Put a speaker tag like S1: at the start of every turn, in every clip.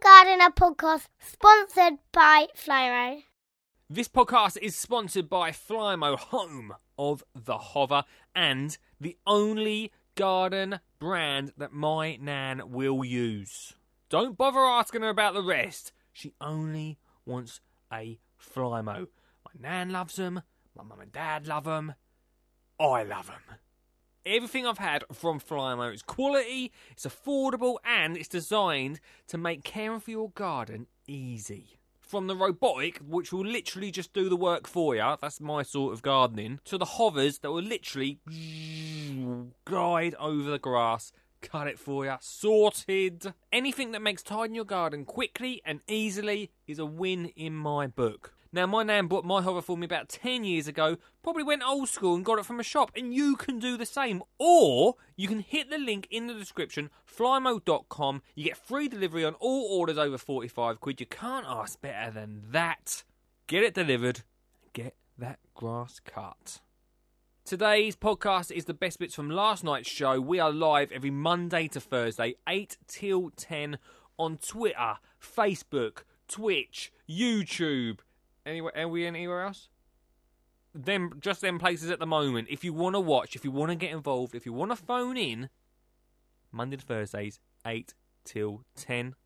S1: Gardener podcast sponsored by Flyro.
S2: This podcast is sponsored by Flymo, home of the hover, and the only garden brand that my nan will use. Don't bother asking her about the rest. She only wants a Flymo. My nan loves them. My mum and dad love them. I love them. Everything I've had from Flymo is quality, it's affordable, and it's designed to make caring for your garden easy. From the robotic, which will literally just do the work for you, that's my sort of gardening, to the hovers that will literally glide over the grass, cut it for you, sorted. Anything that makes tidying your garden quickly and easily is a win in my book. Now, my nan bought my hover for me about 10 years ago, probably went old school and got it from a shop, and you can do the same. Or you can hit the link in the description, flymo.com. You get free delivery on all orders over 45 quid. You can't ask better than that. Get it delivered, get that grass cut. Today's podcast is the best bits from last night's show. We are live every Monday to Thursday, 8 till 10 on Twitter, Facebook, Twitch, YouTube. Anywhere, are we anywhere else? Them, just them places at the moment. If you want to watch, if you want to get involved, if you want to phone in, Monday to Thursdays, 8 till 10.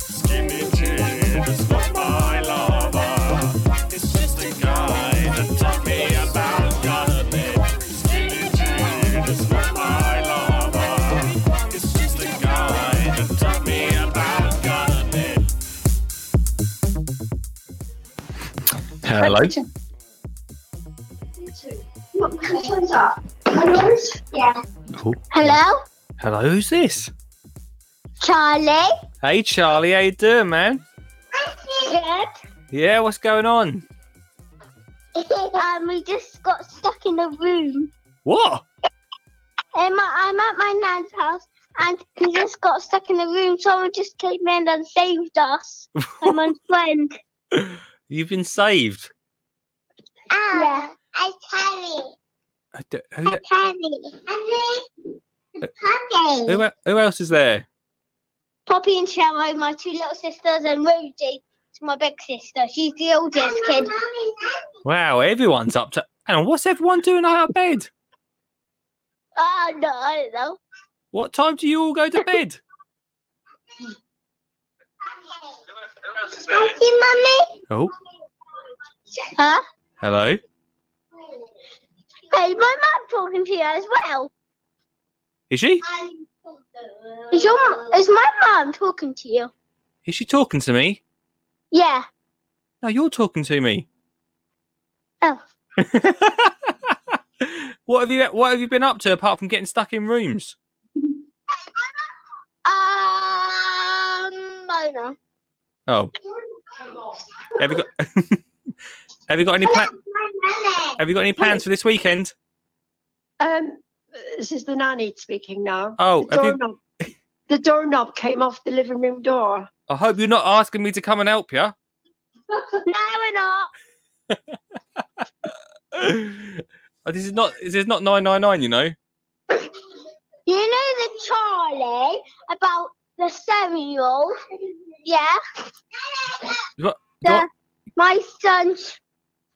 S3: Skinny Jim is not my lover. It's just a guy that taught me about gardening. Skinny Jim is not my lover. It's just a guy that taught me about gardening.
S4: Hello.
S1: Yeah.
S4: Ooh.
S1: Hello,
S4: Hello, who's this?
S1: Charlie.
S4: Hey, Charlie, how you doing, man?
S1: Good.
S4: Yeah, what's going on?
S1: um, we just got stuck in a room.
S4: What?
S1: Um, I'm at my nan's house and we just got stuck in a room. Someone just came in and saved us. My mum's friend.
S4: You've been saved.
S1: Ah, yeah. I Charlie.
S4: I d- Who,
S1: Charlie.
S4: who, el- who else is there?
S1: Poppy and Cheryl, my two little sisters, and Rosie, it's my big sister. She's the oldest kid.
S4: Wow, everyone's up to. Hang on, what's everyone doing out of bed?
S1: Oh no, I don't know.
S4: What time do you all go to bed?
S1: Auntie,
S4: Oh,
S1: mummy. Huh?
S4: hello.
S1: Hey, my mum talking to you as well.
S4: Is she?
S1: Is your is my mum talking to you?
S4: Is she talking to me?
S1: Yeah.
S4: No, you're talking to me.
S1: Oh.
S4: what have you What have you been up to apart from getting stuck in rooms?
S1: Um, I don't know.
S4: Oh, have you got Have you got any pla- Have you got any plans for this weekend?
S5: Um, this is the nanny speaking now.
S4: Oh,
S5: the
S4: have you,
S5: doorknob, the doorknob came off the living room door.
S4: I hope you're not asking me to come and help you.
S1: No, we're not.
S4: Oh, this is not this is not nine nine nine, you know.
S1: You know the Charlie about the cereal? Yeah.
S4: What-
S1: The,
S4: what?
S1: My son,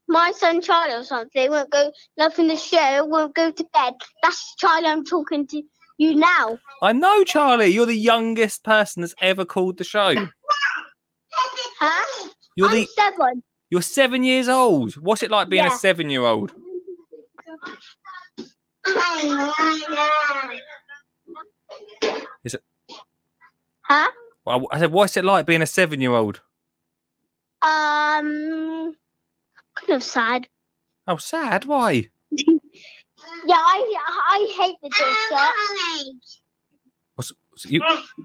S1: my son Charlie or something won't go loving the show, won't go to bed. That's Charlie I'm talking to you now.
S4: I know, Charlie. You're the youngest person that's ever called the show.
S1: Huh?
S4: You're
S1: I'm
S4: the
S1: seven.
S4: you're seven years old. What's it like being
S1: Yeah.
S4: a seven year old? Is it-
S1: Huh?
S4: I I said, what's it like being a seven year old?
S1: Um, kind of sad.
S4: Oh, sad. Why?
S1: Yeah, I I hate the dessert.
S4: What's, you,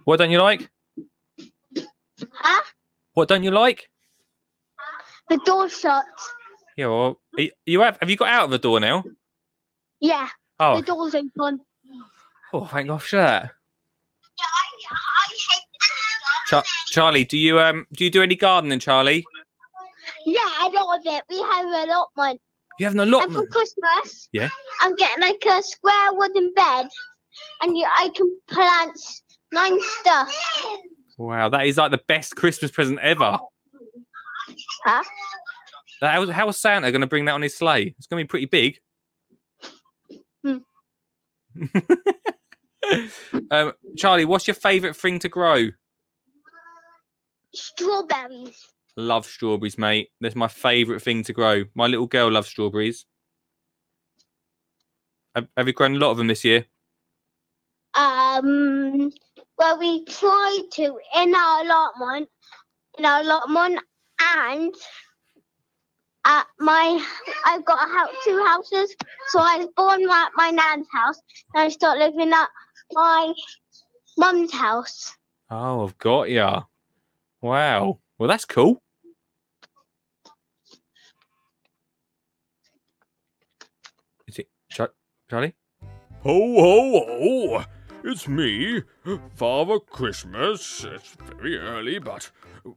S4: what don't you like?
S1: Huh?
S4: What don't you like?
S1: The door shuts.
S4: Yeah, well, are you, you have have you got out of the door now?
S1: Yeah,
S4: Oh,
S1: the door's open.
S4: oh, thank God for that.
S1: Yeah, I, I hate
S4: Char- Charlie, do you um do you do any gardening, Charlie?
S1: Yeah, a lot of it. We have an allotment.
S4: You have an
S1: And for
S4: allotment.
S1: Christmas,
S4: Yeah.
S1: I'm getting like a square wooden bed, and you, I can plant nine stuff.
S2: Wow, that is like the best Christmas present ever.
S6: Huh?
S2: That- How, how is Santa going to bring that on his sleigh? It's going to be pretty big.
S6: Hmm.
S2: um, Charlie, what's your favourite thing to grow?
S6: Strawberries.
S2: Love strawberries, mate. That's my favourite thing to grow. My little girl loves strawberries. Have, have you grown a lot of them this year?
S6: Um, well, we tried to in our allotment, in our allotment, and at my, I've got a house, two houses. So I was born at my nan's house, and I start living at my mum's house.
S2: Oh, I've got ya. Wow. Well, that's cool. Is it Char- Charlie?
S7: Ho, ho, ho! It's me, Father Christmas. It's very early, but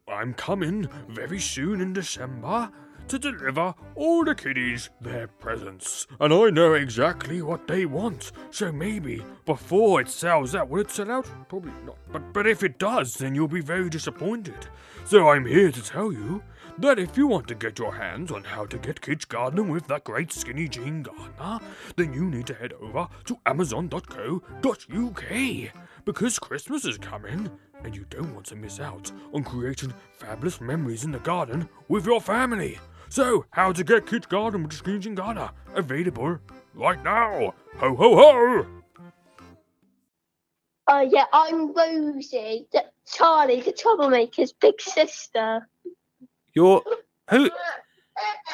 S7: I'm coming very soon in December to deliver all the kiddies their presents. And I know exactly what they want, so maybe before it sells out, will it sell out? Probably not. But, but if it does, then you'll be very disappointed. So I'm here to tell you that if you want to get your hands on how to get kids gardening with that great skinny Jean Gardner, then you need to head over to amazon.co.uk because Christmas is coming and you don't want to miss out on creating fabulous memories in the garden with your family. So, how to get kids gardening with skinny Jean Gardner available right now. Ho ho ho!
S6: Oh yeah, I'm Rosie. Th- Charlie, the troublemaker's big sister.
S2: You're who?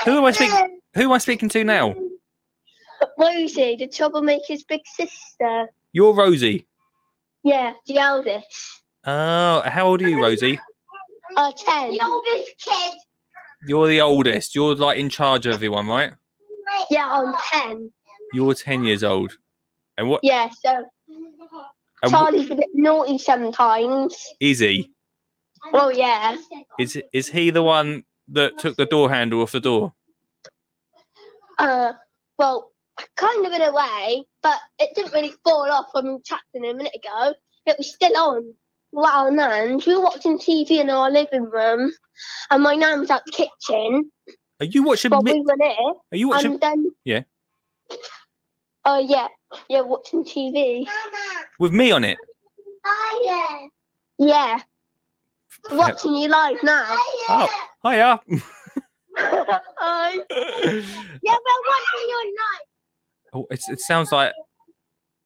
S2: Who am I speaking- Who am I speaking to now?
S6: Um, Rosie, the troublemaker's big sister.
S2: You're Rosie.
S6: Yeah, the eldest.
S2: Oh, how old are you, Rosie?
S6: Uh, ten. The oldest kid.
S2: You're the oldest. You're like in charge of everyone, right?
S6: Yeah, I'm ten.
S2: You're ten years old. And what?
S6: Yeah, so
S2: And wh-
S6: Charlie's a bit naughty sometimes.
S2: is he?
S6: Well, yeah.
S2: Is is he the one that took the door handle off the door?
S6: Uh, well, kind of in a way, but it didn't really fall off when we trapped in a minute ago. It was still on. Wow, Nan, we were watching TV in our living room, and my nan was out the kitchen
S2: Are you watching?
S6: while
S2: Mi-
S6: we were there.
S2: are you watching?
S6: and then
S2: Yeah.
S6: Oh yeah, yeah, watching TV.
S2: with me on it?
S6: yeah. Yeah, watching you live now.
S2: Oh, hiya.
S6: Oh, yeah, we're watching you live.
S2: Oh, it's, it sounds like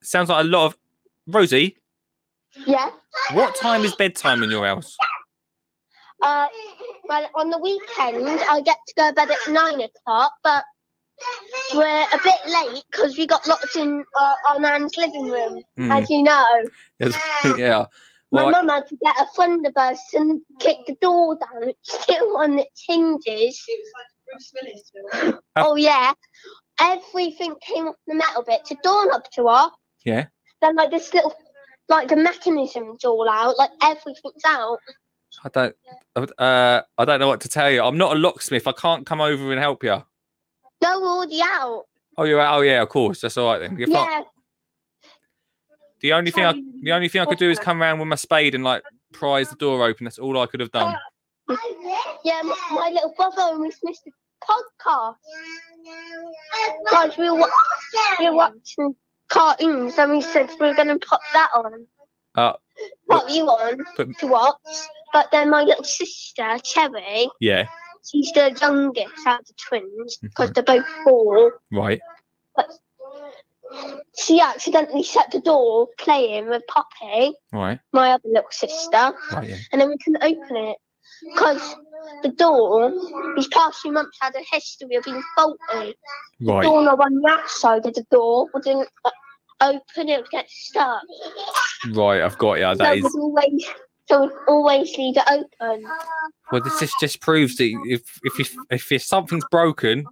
S2: sounds like a lot of Rosie.
S6: Yeah.
S2: What time is bedtime in your house?
S6: Uh, well, on the weekend I get to go to bed at nine o'clock, but we're a bit late because we got locked in uh, our nan's living room,
S2: Hmm.
S6: as you know.
S2: yeah.
S6: My
S2: Well,
S6: mum had to get a thunderbus and kick the door down. It's still on its hinges. Oh yeah, everything came off the metal bit. The doorknob to off.
S2: Yeah.
S6: Then like this little, like the mechanism's all out. Like everything's out.
S2: I don't. Uh, I don't know what to tell you. I'm not a locksmith. I can't come over and help you.
S6: They're already out.
S2: Oh, you're. out- Oh, yeah. Of course. That's all right then. If I-
S6: yeah.
S2: the only thing. I, the only thing I could do is come round with my spade and like prise the door open. That's all I could have done.
S6: Yeah, my, my little brother almost missed the podcast because we were, wa- we were watching cartoons and we said we were going to put that on.
S2: Uh,
S6: what were you on
S2: but-
S6: to watch? But then my little sister, Cherry,
S2: Yeah.
S6: she's the youngest out of the twins because they're both four.
S2: Right.
S6: She accidentally shut the door playing with Poppy,
S2: Right.
S6: my other little sister,
S2: Right. Yeah.
S6: and then we couldn't open it because the door, these past few months, had a history of being faulty.
S2: Right.
S6: doorknob on the outside of the door wouldn't uh, open, it would get stuck.
S2: Right. I've got you. That
S6: so
S2: is.
S6: would always, so would always leave it open.
S2: Well, this just just proves that if if you, if, if something's broken,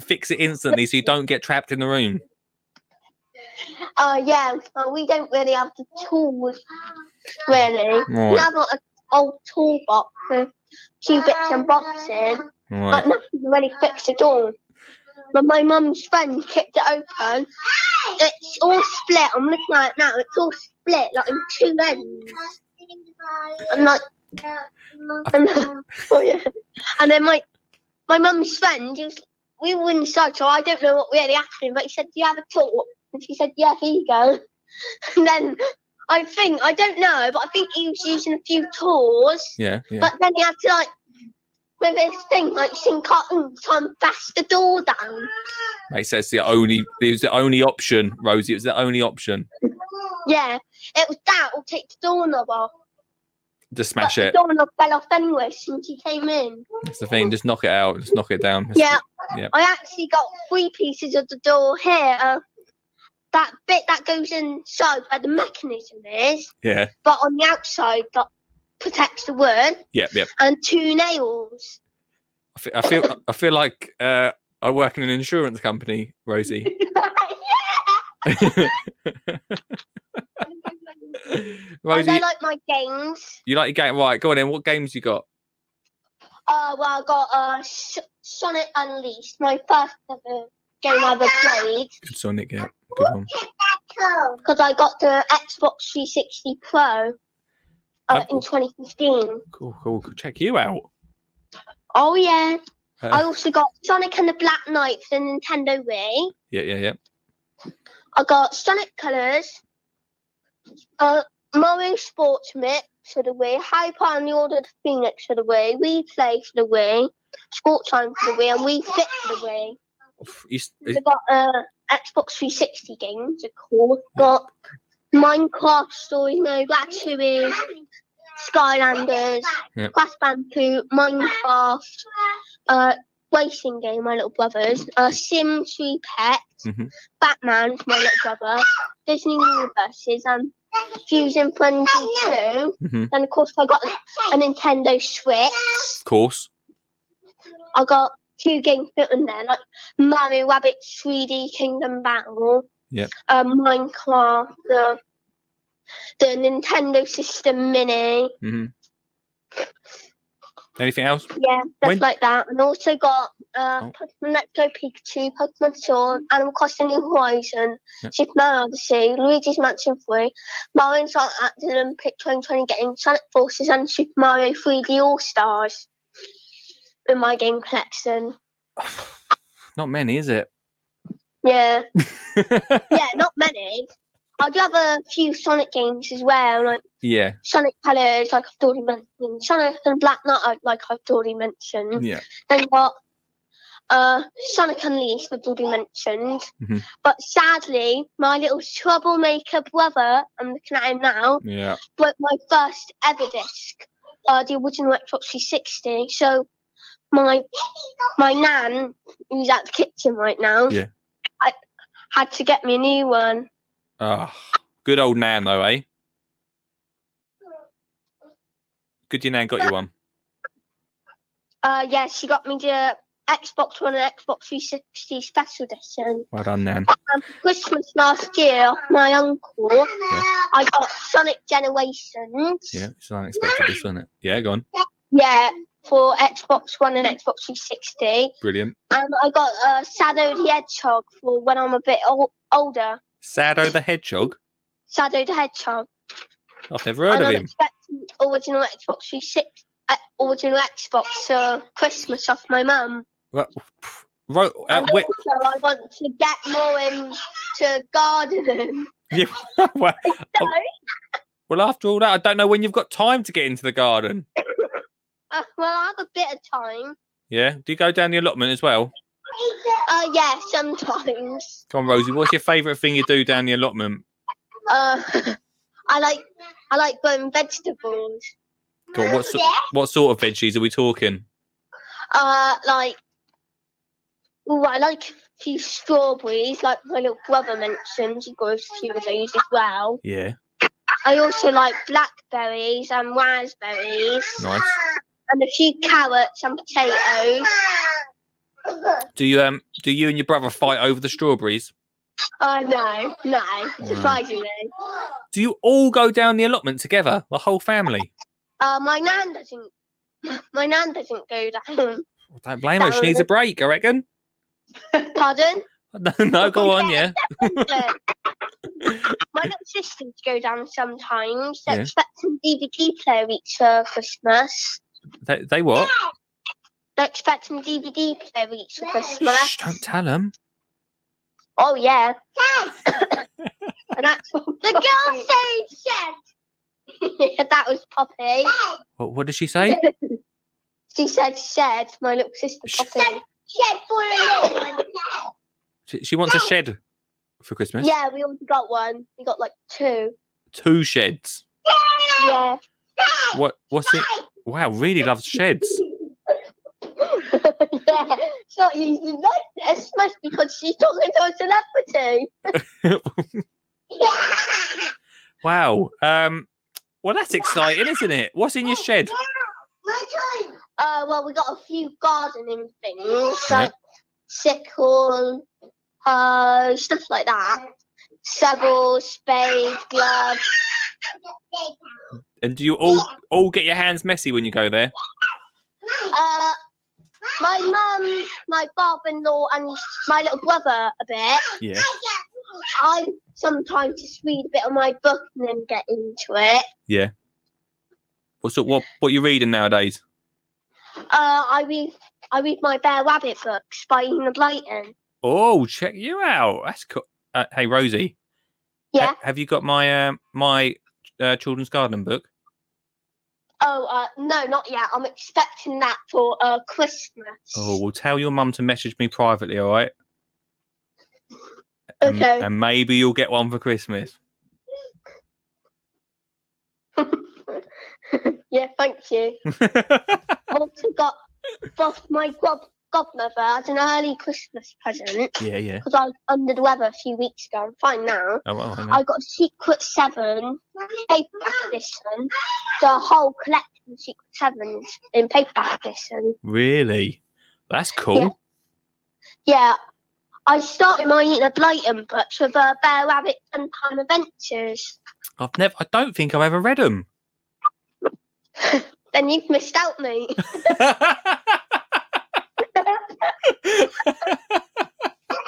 S2: fix it instantly so you don't get trapped in the room.
S6: Oh yeah, well, we don't really have the tools, really. We
S2: Right.
S6: have like, an old toolbox with two bits and boxes,
S2: Right.
S6: but nothing to really fix at all. But my mum's friend kicked it open. It's all split. I'm looking at it now. It's all split, like in two ends. I'm not. I'm not oh yeah. And then my my mum's friend, he was, we were inside, so I don't know what really happened. But he said, "Do you have a pool?" And she said, "Yeah, here you go." And then I think I don't know, but I think he was using a few tools.
S2: Yeah, yeah.
S6: But then he had to like with his thing like sink cotton to and bash the door down.
S2: Mate says the only it was the only option, Rosie. It was the only option
S6: Yeah, it was that will take the doorknob off.
S2: to smash
S6: but
S2: it.
S6: The doorknob fell off anyway since he came in.
S2: That's the thing. Just knock it out. Just knock it down. It's-
S6: Yeah,
S2: yeah.
S6: I actually got three pieces of the door here. Uh, That bit that goes inside where the mechanism is,
S2: yeah,
S6: but on the outside that protects the wood,
S2: yeah, yeah.
S6: and two nails.
S2: I fe- I feel, I feel, like uh, I work in an insurance company, Rosie.
S6: and
S2: Rosie,
S6: I like my games.
S2: you like your game? Right, go on then. What games you got?
S6: Uh, well, I got uh, Sh- Sonic Unleashed, my first ever game I ever played.
S2: Good Sonic, yeah. Good one.
S6: because I got the Xbox 360 Pro uh, in
S2: Apple.
S6: 2015.
S2: Cool, cool. cool. Check you out.
S6: Oh yeah, I
S2: Uh,
S6: also got Sonic and the Black Knight for the Nintendo Wii.
S2: yeah, yeah, yeah.
S6: I got Sonic Colors, uh, Mario Sports Mix for the Wii, Hyper and the Order of the Phoenix for the Wii, Wii Play for the Wii, Sport Time for the Wii, and Wii Fit for the Wii.
S2: Oof, You, s-
S6: I got uh, Xbox 360 games, of course. Got Minecraft Stories Mode, Black Series, Skylanders,
S2: Yep.
S6: Crash Bandicoot, Minecraft, uh, Racing Game, my little brothers, uh, Sims 3 Pets,
S2: Mhm.
S6: Batman, my little brother, Disney Universes, and Fusion Frenzy 2.
S2: Mhm.
S6: And of course, I got a Nintendo Switch.
S2: of course.
S6: I got two games put in there, like Mario Rabbit 3D Kingdom Battle.
S2: Yep.
S6: Um, Minecraft, the the Nintendo System Mini.
S2: hmm Anything else?
S6: Yeah, stuff
S2: When-
S6: like that. And also got uh,
S2: Oh.
S6: Pokemon Let's Go Pikachu, Pokemon Sword, Animal Crossing New Horizon,
S2: Yep.
S6: Super Mario Odyssey, Luigi's Mansion 3, Mario and Sonic Acted and Picture 20 Game, Sonic Forces, and Super Mario 3D All Stars in my game collection.
S2: Not many, is it?
S6: Yeah. yeah, not many. I do have a few Sonic games as well, like
S2: yeah,
S6: Sonic Colors, like I've already mentioned, Sonic and Black Knight, uh, like I've already mentioned.
S2: yeah.
S6: Then got uh, Sonic Unleashed, we've already mentioned.
S2: Mhm.
S6: But sadly, my little troublemaker brother, I'm looking at him now,
S2: Yeah.
S6: broke my first ever disc, uh, the original Xbox 360. So my my nan, who's at the kitchen right now,
S2: Yeah.
S6: I had to get me a new one.
S2: Ah, good old Nan, though, eh? Good your Nan got you one.
S6: Uh, yeah, she got me the Xbox One and Xbox 360 Special Edition.
S2: Well done, Nan.
S6: Um, Christmas last year, off my uncle, I got Sonic Generations.
S2: Yeah, it's unexpected, this, wasn't it? Yeah, go on.
S6: Yeah, for Xbox One and Xbox 360.
S2: Brilliant.
S6: And I got uh, Shadow the Hedgehog for when I'm a bit ol- older.
S2: Sado the Hedgehog.
S6: Shadow the Hedgehog.
S2: I've never heard
S6: and
S2: of
S6: I'm
S2: him.
S6: expecting original Xbox 360, uh, original Xbox for Christmas off my mum.
S2: Ro- uh,
S6: and
S2: wait,
S6: also, I want to get more into gardening.
S2: yeah, well,
S6: So,
S2: well, after all that, I don't know when you've got time to get into the garden.
S6: uh, well, I have a bit of time.
S2: Yeah, do you go down the allotment as well?
S6: Uh, yeah, sometimes.
S2: Come on, Rosie. What's your favourite thing you do down the allotment?
S6: Uh, I like I like growing vegetables.
S2: Go on, what, so- what sort of veggies are we talking?
S6: Uh, like, oh, I like a few strawberries. Like my little brother mentioned, he grows a few of those as well.
S2: Yeah,
S6: I also like blackberries and raspberries,
S2: nice.
S6: and a few carrots and potatoes.
S2: Do you um do you and your brother fight over the strawberries?
S6: Oh no, no, surprisingly.
S2: Do you all go down the allotment together, the whole family?
S6: Uh, my nan doesn't. My nan doesn't go down.
S2: I don't blame her. She needs a break, I reckon.
S6: Pardon?
S2: No, no go on, yeah.
S6: Look, my little sisters go down sometimes. They're
S2: Yeah.
S6: expecting DVD player each for Christmas.
S2: They, they what?
S6: They're expecting DVD player each for
S2: Shh,
S6: Christmas.
S2: don't tell them.
S6: Oh yeah,
S5: And that's what
S6: the girl said shed. that was Poppy.
S2: What, what did she say?
S6: She said shed. My little sister
S2: Sh-
S6: Poppy. Shed for a little one.
S2: She, she wants a shed for Christmas.
S6: Yeah, we already got one. We got like two.
S2: Two sheds.
S6: Yeah.
S2: What? What's it? Wow, really loves sheds.
S6: yeah, so you, you like this much because she's talking to a celebrity.
S2: Wow. Um. Well, that's exciting, isn't it? What's in your
S6: Oh,
S2: shed?
S6: Uh, well, we got a few gardening things
S2: Yeah.
S6: like sickle, uh, stuff like that. Shovel, spade, glove.
S2: And do you all all get your hands messy when you go there?
S6: Uh, my mum, my father-in-law, and my little brother a bit.
S2: Yeah.
S6: I sometimes just read a bit of my book and then get into it.
S2: What's up? What what you reading nowadays?
S6: Uh, I read I read my Bear Rabbit books by Enid Blyton.
S2: Oh, check you out. That's cool. Uh, hey, Rosie. ha-
S6: Yeah.
S2: have you got my um my uh, children's garden book?
S6: Oh, uh, no, not yet. I'm expecting that for uh Christmas.
S2: Oh, well, tell your mum to message me privately, all right? And-
S6: Okay.
S2: And, maybe you'll get one for Christmas.
S6: yeah, thank you.
S2: yeah,
S6: I've also got both my god godmother as an early Christmas present
S2: yeah.
S6: because I was under the weather a few weeks ago. I'm fine now.
S2: Oh, well, I know.
S6: I got a Secret Seven paperback edition, the whole collection of Secret Sevens in paperback edition.
S2: Really? That's cool.
S6: Yeah, I started my Enid Blyton books with uh, Bear Rabbit and Time Adventures.
S2: I've never. I don't think I've ever read them.
S6: Then you've missed out, mate.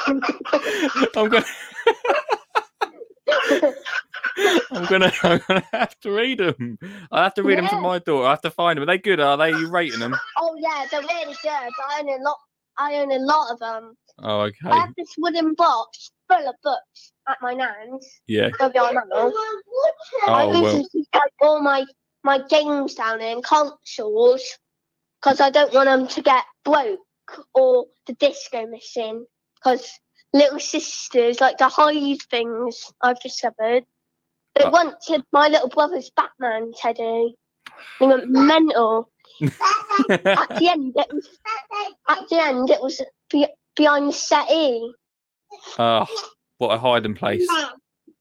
S2: I'm gonna. I'm gonna. I'm gonna have to read them. I have to read them to
S6: Yeah.
S2: my daughter. I have to find them. Are they good? Are they? you rating them?
S6: oh yeah, they're really good. I own a lot. I own a lot of them.
S2: Oh, okay.
S6: I have this wooden box full of books at my nan's.
S2: Yeah.
S6: Of your nan. I
S2: Oh well.
S6: recently got all my my games down in consoles because I don't want them to get broke or the disc go missing. Because little sisters like to hide things. I've discovered. But
S2: Uh.
S6: once had my little brother's Batman Teddy. He went mental. At the end, it was at the end it was be- behind the settee.
S2: Ah, what a hiding place.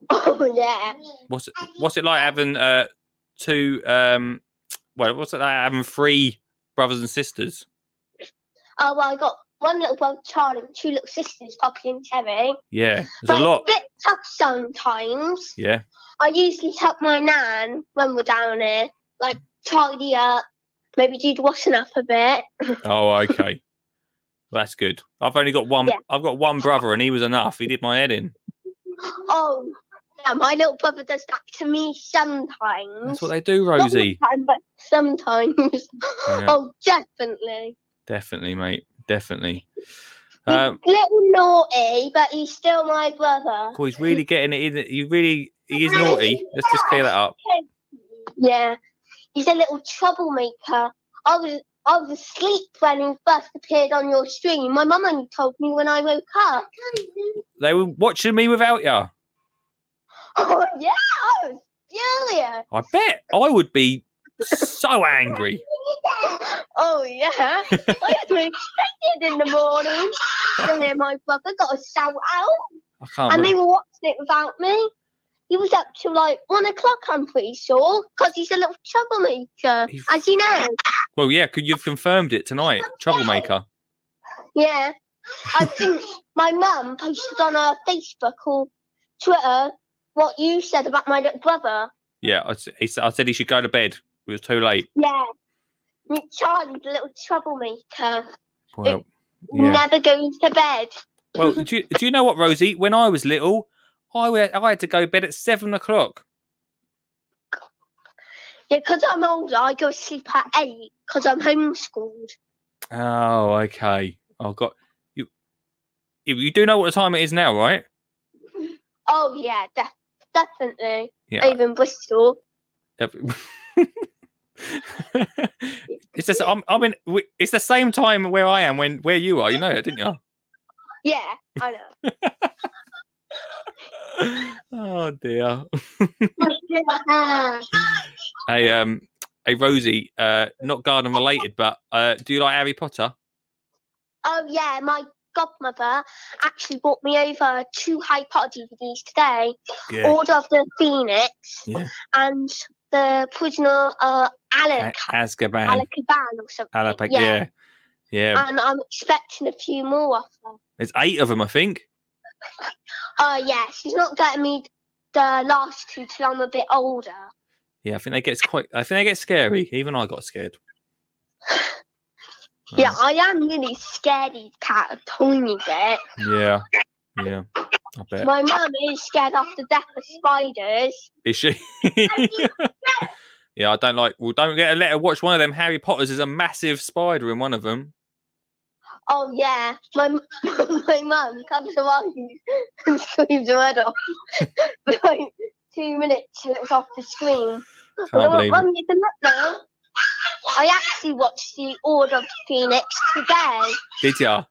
S6: Oh yeah.
S2: What's it, what's it like having uh two um well what's it like having three brothers and sisters?
S6: Oh well, I got one little brother Charlie, and two little sisters, Poppy and Terry.
S2: Yeah, there's
S6: But
S2: a lot.
S6: It's a bit tough sometimes.
S2: Yeah,
S6: I usually help my nan when we're down here, like tidy up, maybe do the washing up a bit.
S2: Oh, okay. That's good. I've only got one.
S6: Yeah.
S2: I've got one brother, and he was enough. He did my head in.
S6: Oh, yeah, my little brother does that to me sometimes.
S2: That's what they do,
S6: Not all the
S2: Rosie.
S6: time, but sometimes.
S2: Yeah.
S6: Oh, definitely.
S2: Definitely, mate. Definitely.
S6: He's
S2: Um,
S6: little naughty, but he's still my brother.
S2: cool, he's really getting it in. He really he is naughty. Let's just clear that up.
S6: Yeah, he's a little troublemaker. I was I was asleep when he first appeared on your stream. My mum only told me when I woke up.
S2: They were watching me without ya.
S6: Oh yeah, I was furious.
S2: I bet I would be so angry.
S6: Oh yeah, I wasn't expected in the morning. And then my brother got a shout out,
S2: I can't.
S6: and they
S2: believe-
S6: were watching it without me. He was up till like one o'clock, I'm pretty sure, because he's a little troublemaker,
S2: He's-
S6: as you know.
S2: Well, yeah, could you've confirmed it tonight, troublemaker.
S6: Yeah. I think my mum posted on her Facebook or Twitter what you said about my little brother.
S2: Yeah, I, s- he s- I said he should go to bed. It was too late.
S6: Yeah. Charlie's a little troublemaker.
S2: Well, yeah.
S6: Never goes to bed.
S2: Well, do you, do you know what, Rosie? When I was little, I went, I had to go to bed at seven o'clock.
S6: Yeah, because I'm older, I go to sleep at eight because I'm homeschooled.
S2: Oh, okay. I got you. You you do know what time it is now, right?
S6: Oh yeah, def- definitely.
S2: Yeah.
S6: Even Bristol.
S2: Yep. it's just I'm I'm in. we- It's the same time where I am when where you are. You know it, didn't you?
S6: Yeah, I know.
S2: oh dear.
S6: Ah,
S2: Hey, um, hey Rosie. Uh, not garden related, but uh, do you like Harry Potter?
S6: oh yeah, my godmother actually brought me over two Harry Potter DVDs today: Order of the Phoenix
S2: Yeah.
S6: and The Prisoner of
S2: A-
S6: Alec
S2: Azkaban.
S6: Alacaban or something.
S2: Alapac. Yeah. Yeah.
S6: And I'm expecting a few more of them.
S2: There's eight of them, I think.
S6: Oh yeah, she's not getting me the last two till I'm a bit older.
S2: Yeah, I think they get quite. I think they get scary. Even I got scared. Hmm.
S6: Yeah, I am really scared of cat a tiny bit.
S2: Yeah. Yeah. I bet.
S6: My mum is scared of the death of spiders.
S2: Is she? yeah, I don't like. Well, don't get a letter. Watch one of them. Harry Potter's is a massive spider in one of them.
S6: Oh yeah, my m- my mum comes along and screams her head off. For like two minutes, and it's off the screen. And
S2: Can't
S6: I went,
S2: believe it.
S6: Mum, you can look now. I actually watched the Order of the Phoenix today.
S2: Did ya?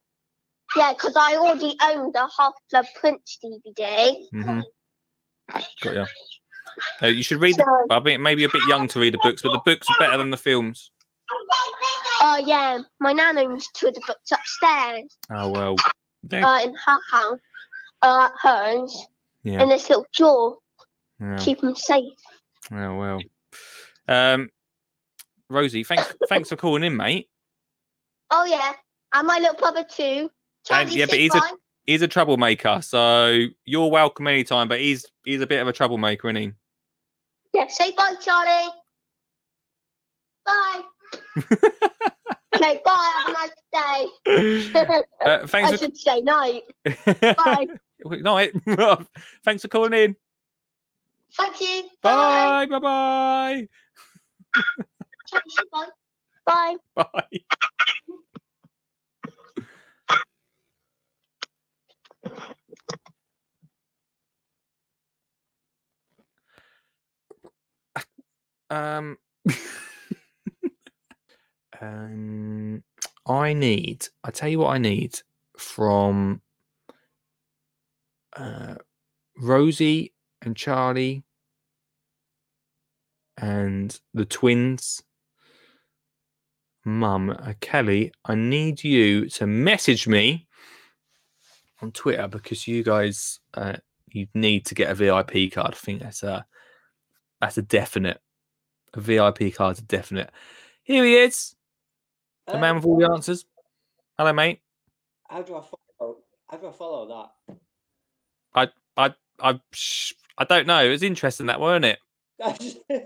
S6: Yeah, because I already owned the Half Blood Prince DVD.
S2: hmm Got ya. Uh, you should read.
S6: So,
S2: The, I mean, maybe a bit young to read the books, but the books are better than the films.
S6: oh yeah, my nan owns two of the books upstairs.
S2: Oh well. They're-
S6: uh, in her house, uh, at hers,
S2: yeah.
S6: in this little drawer,
S2: yeah.
S6: keep them safe.
S2: Oh well. Um, Rosie, thanks. Thanks for calling in, mate.
S6: Oh yeah, and my little brother too. Charlie
S2: yeah, but
S6: six
S2: he's a-
S6: five.
S2: He's a troublemaker, so you're welcome anytime. But he's he's a bit of a troublemaker, isn't he?
S6: Yeah, say bye, Charlie. Bye. okay, bye. Have a nice day.
S2: Uh,
S6: I
S2: thanks.
S6: should say night.
S2: For...
S6: Bye.
S2: Good night. Thanks for calling in.
S6: Thank you.
S2: Bye. Bye. Bye.
S6: Charlie, say Bye. Bye.
S2: Bye. um. um. I need. I tell you what I need from. Uh, Rosie and Charlie and the twins mum, uh, Kelly, I need you to message me on Twitter because you guys, uh, you need to get a VIP card. I think that's a that's a definite. A VIP card's a definite. Here he is, the man with all the answers. Hello, mate.
S8: How do I follow? How do I follow
S2: I sh- I don't know. It was interesting that, weren't it?
S8: that? That's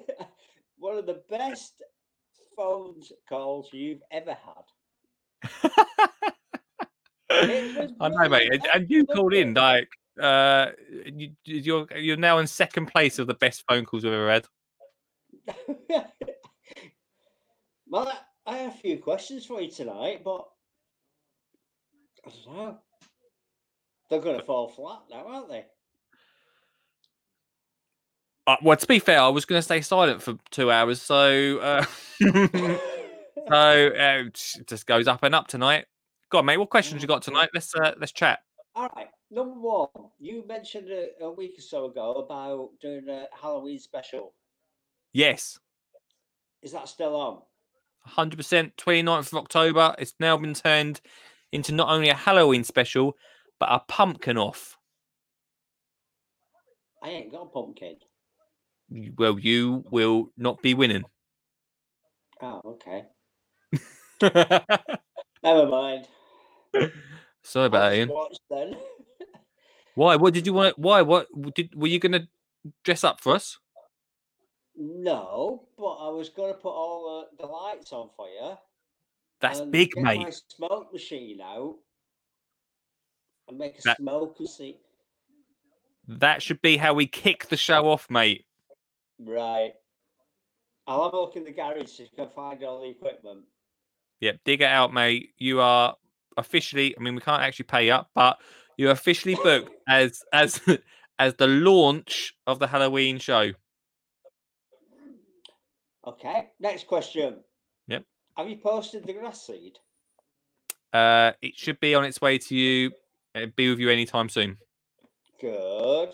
S8: one of the best phone calls you've ever had. It was
S2: I know, mate.
S8: brilliant.
S2: And,
S8: I
S2: and you
S8: loved
S2: called in
S8: it.
S2: like uh you, you're you're now in second place of the best phone calls we've ever had.
S8: well, I- I have a few questions for you tonight, but I don't know. They're going to fall flat now, aren't they?
S2: Uh, well, to be fair, I was going to stay silent for two hours, so uh, so uh, it just goes up and up tonight. Go on, mate. What questions you got tonight? Let's uh, let's chat.
S8: All right. Number one, you mentioned a, a week or so ago about doing a Halloween special.
S2: Yes,
S8: Is that still on?
S2: hundred percent. 29th of October. It's now been turned into not only a Halloween special but a pumpkin off.
S8: I ain't got a pumpkin.
S2: Y- Well, you will not be winning.
S8: Oh, okay. Never mind.
S2: Sorry about that,
S8: I'll
S2: Ian.
S8: Watch then.
S2: Why? What did you want? Why? What did? Were you going to dress up for us?
S8: No, but I was going to put all uh, the, the lights on for you.
S2: That's
S8: and
S2: big,
S8: Um, get
S2: mate.
S8: My smoke machine out and make a
S2: That-
S8: smoke and see.
S2: That should be how we kick the show off, mate.
S8: Right. I'll have a look in the garage so you can find all the equipment.
S2: Yep, dig it out, mate. You are officially. I mean, we can't actually pay up, but you're officially booked as as as the launch of the Halloween show.
S8: Okay. Next question.
S2: Yep.
S8: Have you posted the grass seed?
S2: Uh, it should be on its way to you. It'll be with you anytime soon.
S8: Good.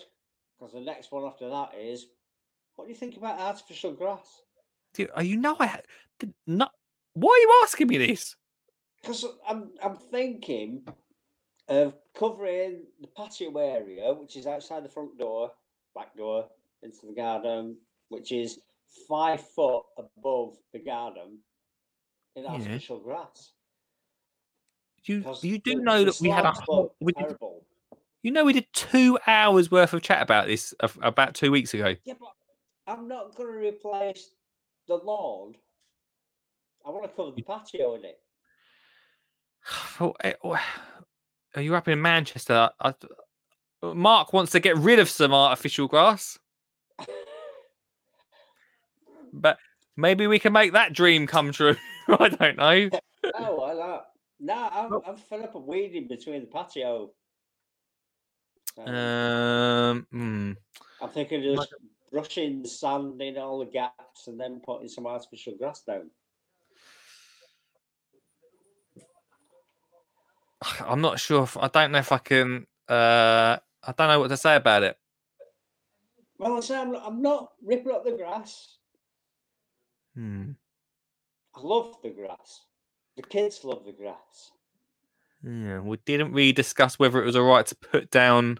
S8: Because the next one after that is, what do you think about artificial grass?
S2: Dude, are you know I ha- did not. Why are you asking me this?
S8: Because I'm I'm thinking of covering the patio area, which is outside the front door, back door into the garden, which is five foot above the garden in
S2: Yeah.
S8: artificial grass.
S2: You
S8: 'Cause
S2: you do
S8: the-
S2: know
S8: the
S2: that we had a
S8: slabs
S2: whole-
S8: look
S2: we did,
S8: terrible.
S2: you know we did two hours worth of chat about this a- about two weeks ago.
S8: Yeah, but I'm not going to replace the lawn. I want to cover the patio in it.
S2: Oh, eh, oh, Are you up in Manchester? I, th- uh, Mark wants to get rid of some artificial grass, but maybe we can make that dream come true. I don't know.
S8: oh, why not? No, I'm, I'm fed up of weeding between the patio. So,
S2: Uh, Um, hmm.
S8: I'm thinking of just brushing the sand in all the gaps and then putting some artificial grass down.
S2: I'm not sure. If, I don't know if I can. Uh, I don't know what to say about it.
S8: Well, I say I'm, I'm not ripping up the grass.
S2: Hmm.
S8: I love the grass. The kids love the grass.
S2: Yeah, we didn't really discuss whether it was all right to put down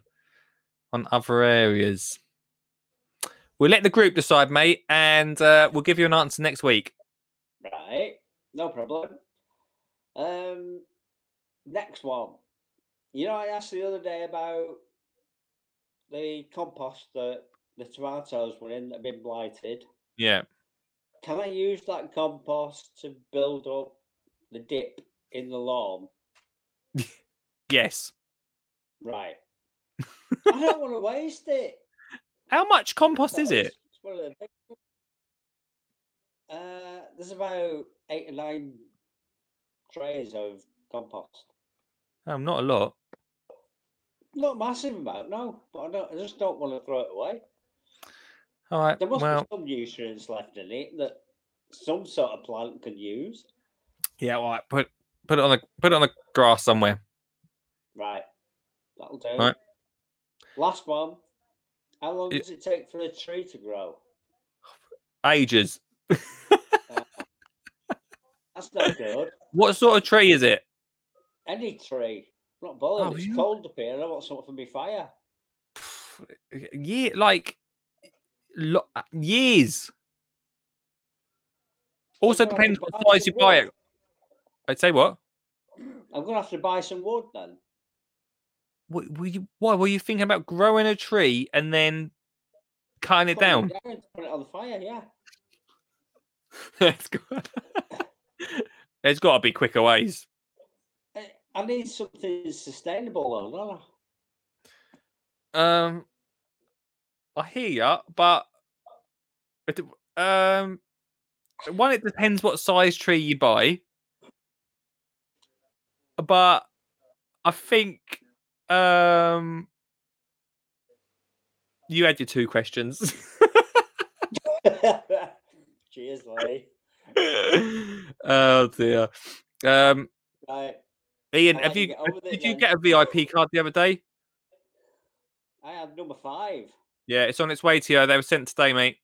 S2: on other areas. We'll let the group decide, mate, and uh, we'll give you an answer next week.
S8: Right, no problem. Um, next one. You know, I asked the other day about the compost that the tomatoes were in that had been blighted.
S2: Yeah.
S8: Can I use that compost to build up the dip in the lawn?
S2: Yes.
S8: Right. I don't want to waste it.
S2: How much compost
S8: That
S2: is it?
S8: It's one of the big ones. Uh, there's about eight or nine trays of compost.
S2: Um, not a lot.
S8: Not a massive amount, no. But I, don't, I just don't want to throw it away.
S2: All right.
S8: There must
S2: Well,
S8: be some nutrients left in it that some sort of plant could use.
S2: yeah. All right. Put put it on the put it on the grass somewhere.
S8: Right, that'll do.
S2: Right.
S8: Last one. How long
S2: Yeah.
S8: does it take for a tree to grow?
S2: Ages.
S8: That's not good.
S2: What sort of tree is it?
S8: Any tree. I'm not bothered.
S2: Oh,
S8: it's
S2: yeah.
S8: cold up here. and I want something for me fire.
S2: Yeah, like lo- uh, years. Also
S8: gonna have to
S2: depends what
S8: buy
S2: size you
S8: some
S2: buy it.
S8: wood.
S2: I'd say what?
S8: I'm gonna have to buy some wood then.
S2: What were you? Why were you thinking about growing a tree and then cutting it
S8: Put
S2: down?
S8: to Put it on the fire. Yeah.
S2: That's good. There's got to be quicker ways.
S8: I- Eh, I need something sustainable though, don't I?
S2: Um, I hear you, but it d- um, one it depends what size tree you buy, but I think um, you had your two questions.
S8: Cheers, Lee.
S2: oh dear. Um,
S8: Right.
S2: Ian,
S8: I'll
S2: have
S8: let
S2: you
S8: you get on with it
S2: did you
S8: then.
S2: get a VIP card the other day?
S8: I had number five.
S2: Yeah, it's on its way to you. They were sent today, mate.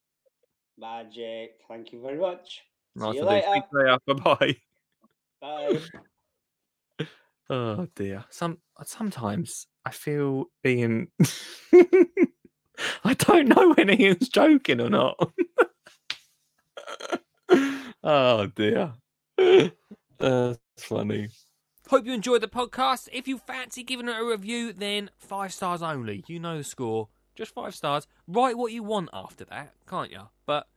S8: Magic. Thank you very much.
S2: Nice
S8: you
S2: one, dude. Speak later. Bye-bye.
S8: Bye.
S2: Oh dear. Some sometimes I feel Ian. I don't know when Ian's joking or not. oh dear. Uh, That's funny.
S9: Hope you enjoyed the podcast. If you fancy giving it a review, then five stars only. You know the score. Just five stars. Write what you want after that, can't you? But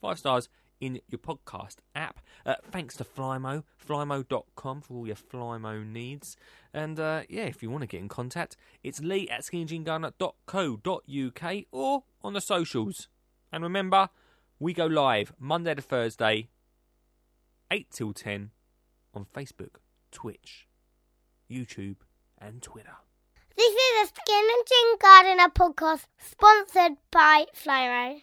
S9: five stars
S2: in your podcast app. Uh, thanks to Flymo, flymo.com for all your Flymo needs. And uh, yeah, if you want to get in contact, it's lee at skinnyjeangarnet.co.uk or on the socials. And remember, we go live Monday to Thursday, 8 till 10 on Facebook, Twitch, YouTube, and Twitter.
S1: This is a Skin and Chin Gardener podcast sponsored by Flyro.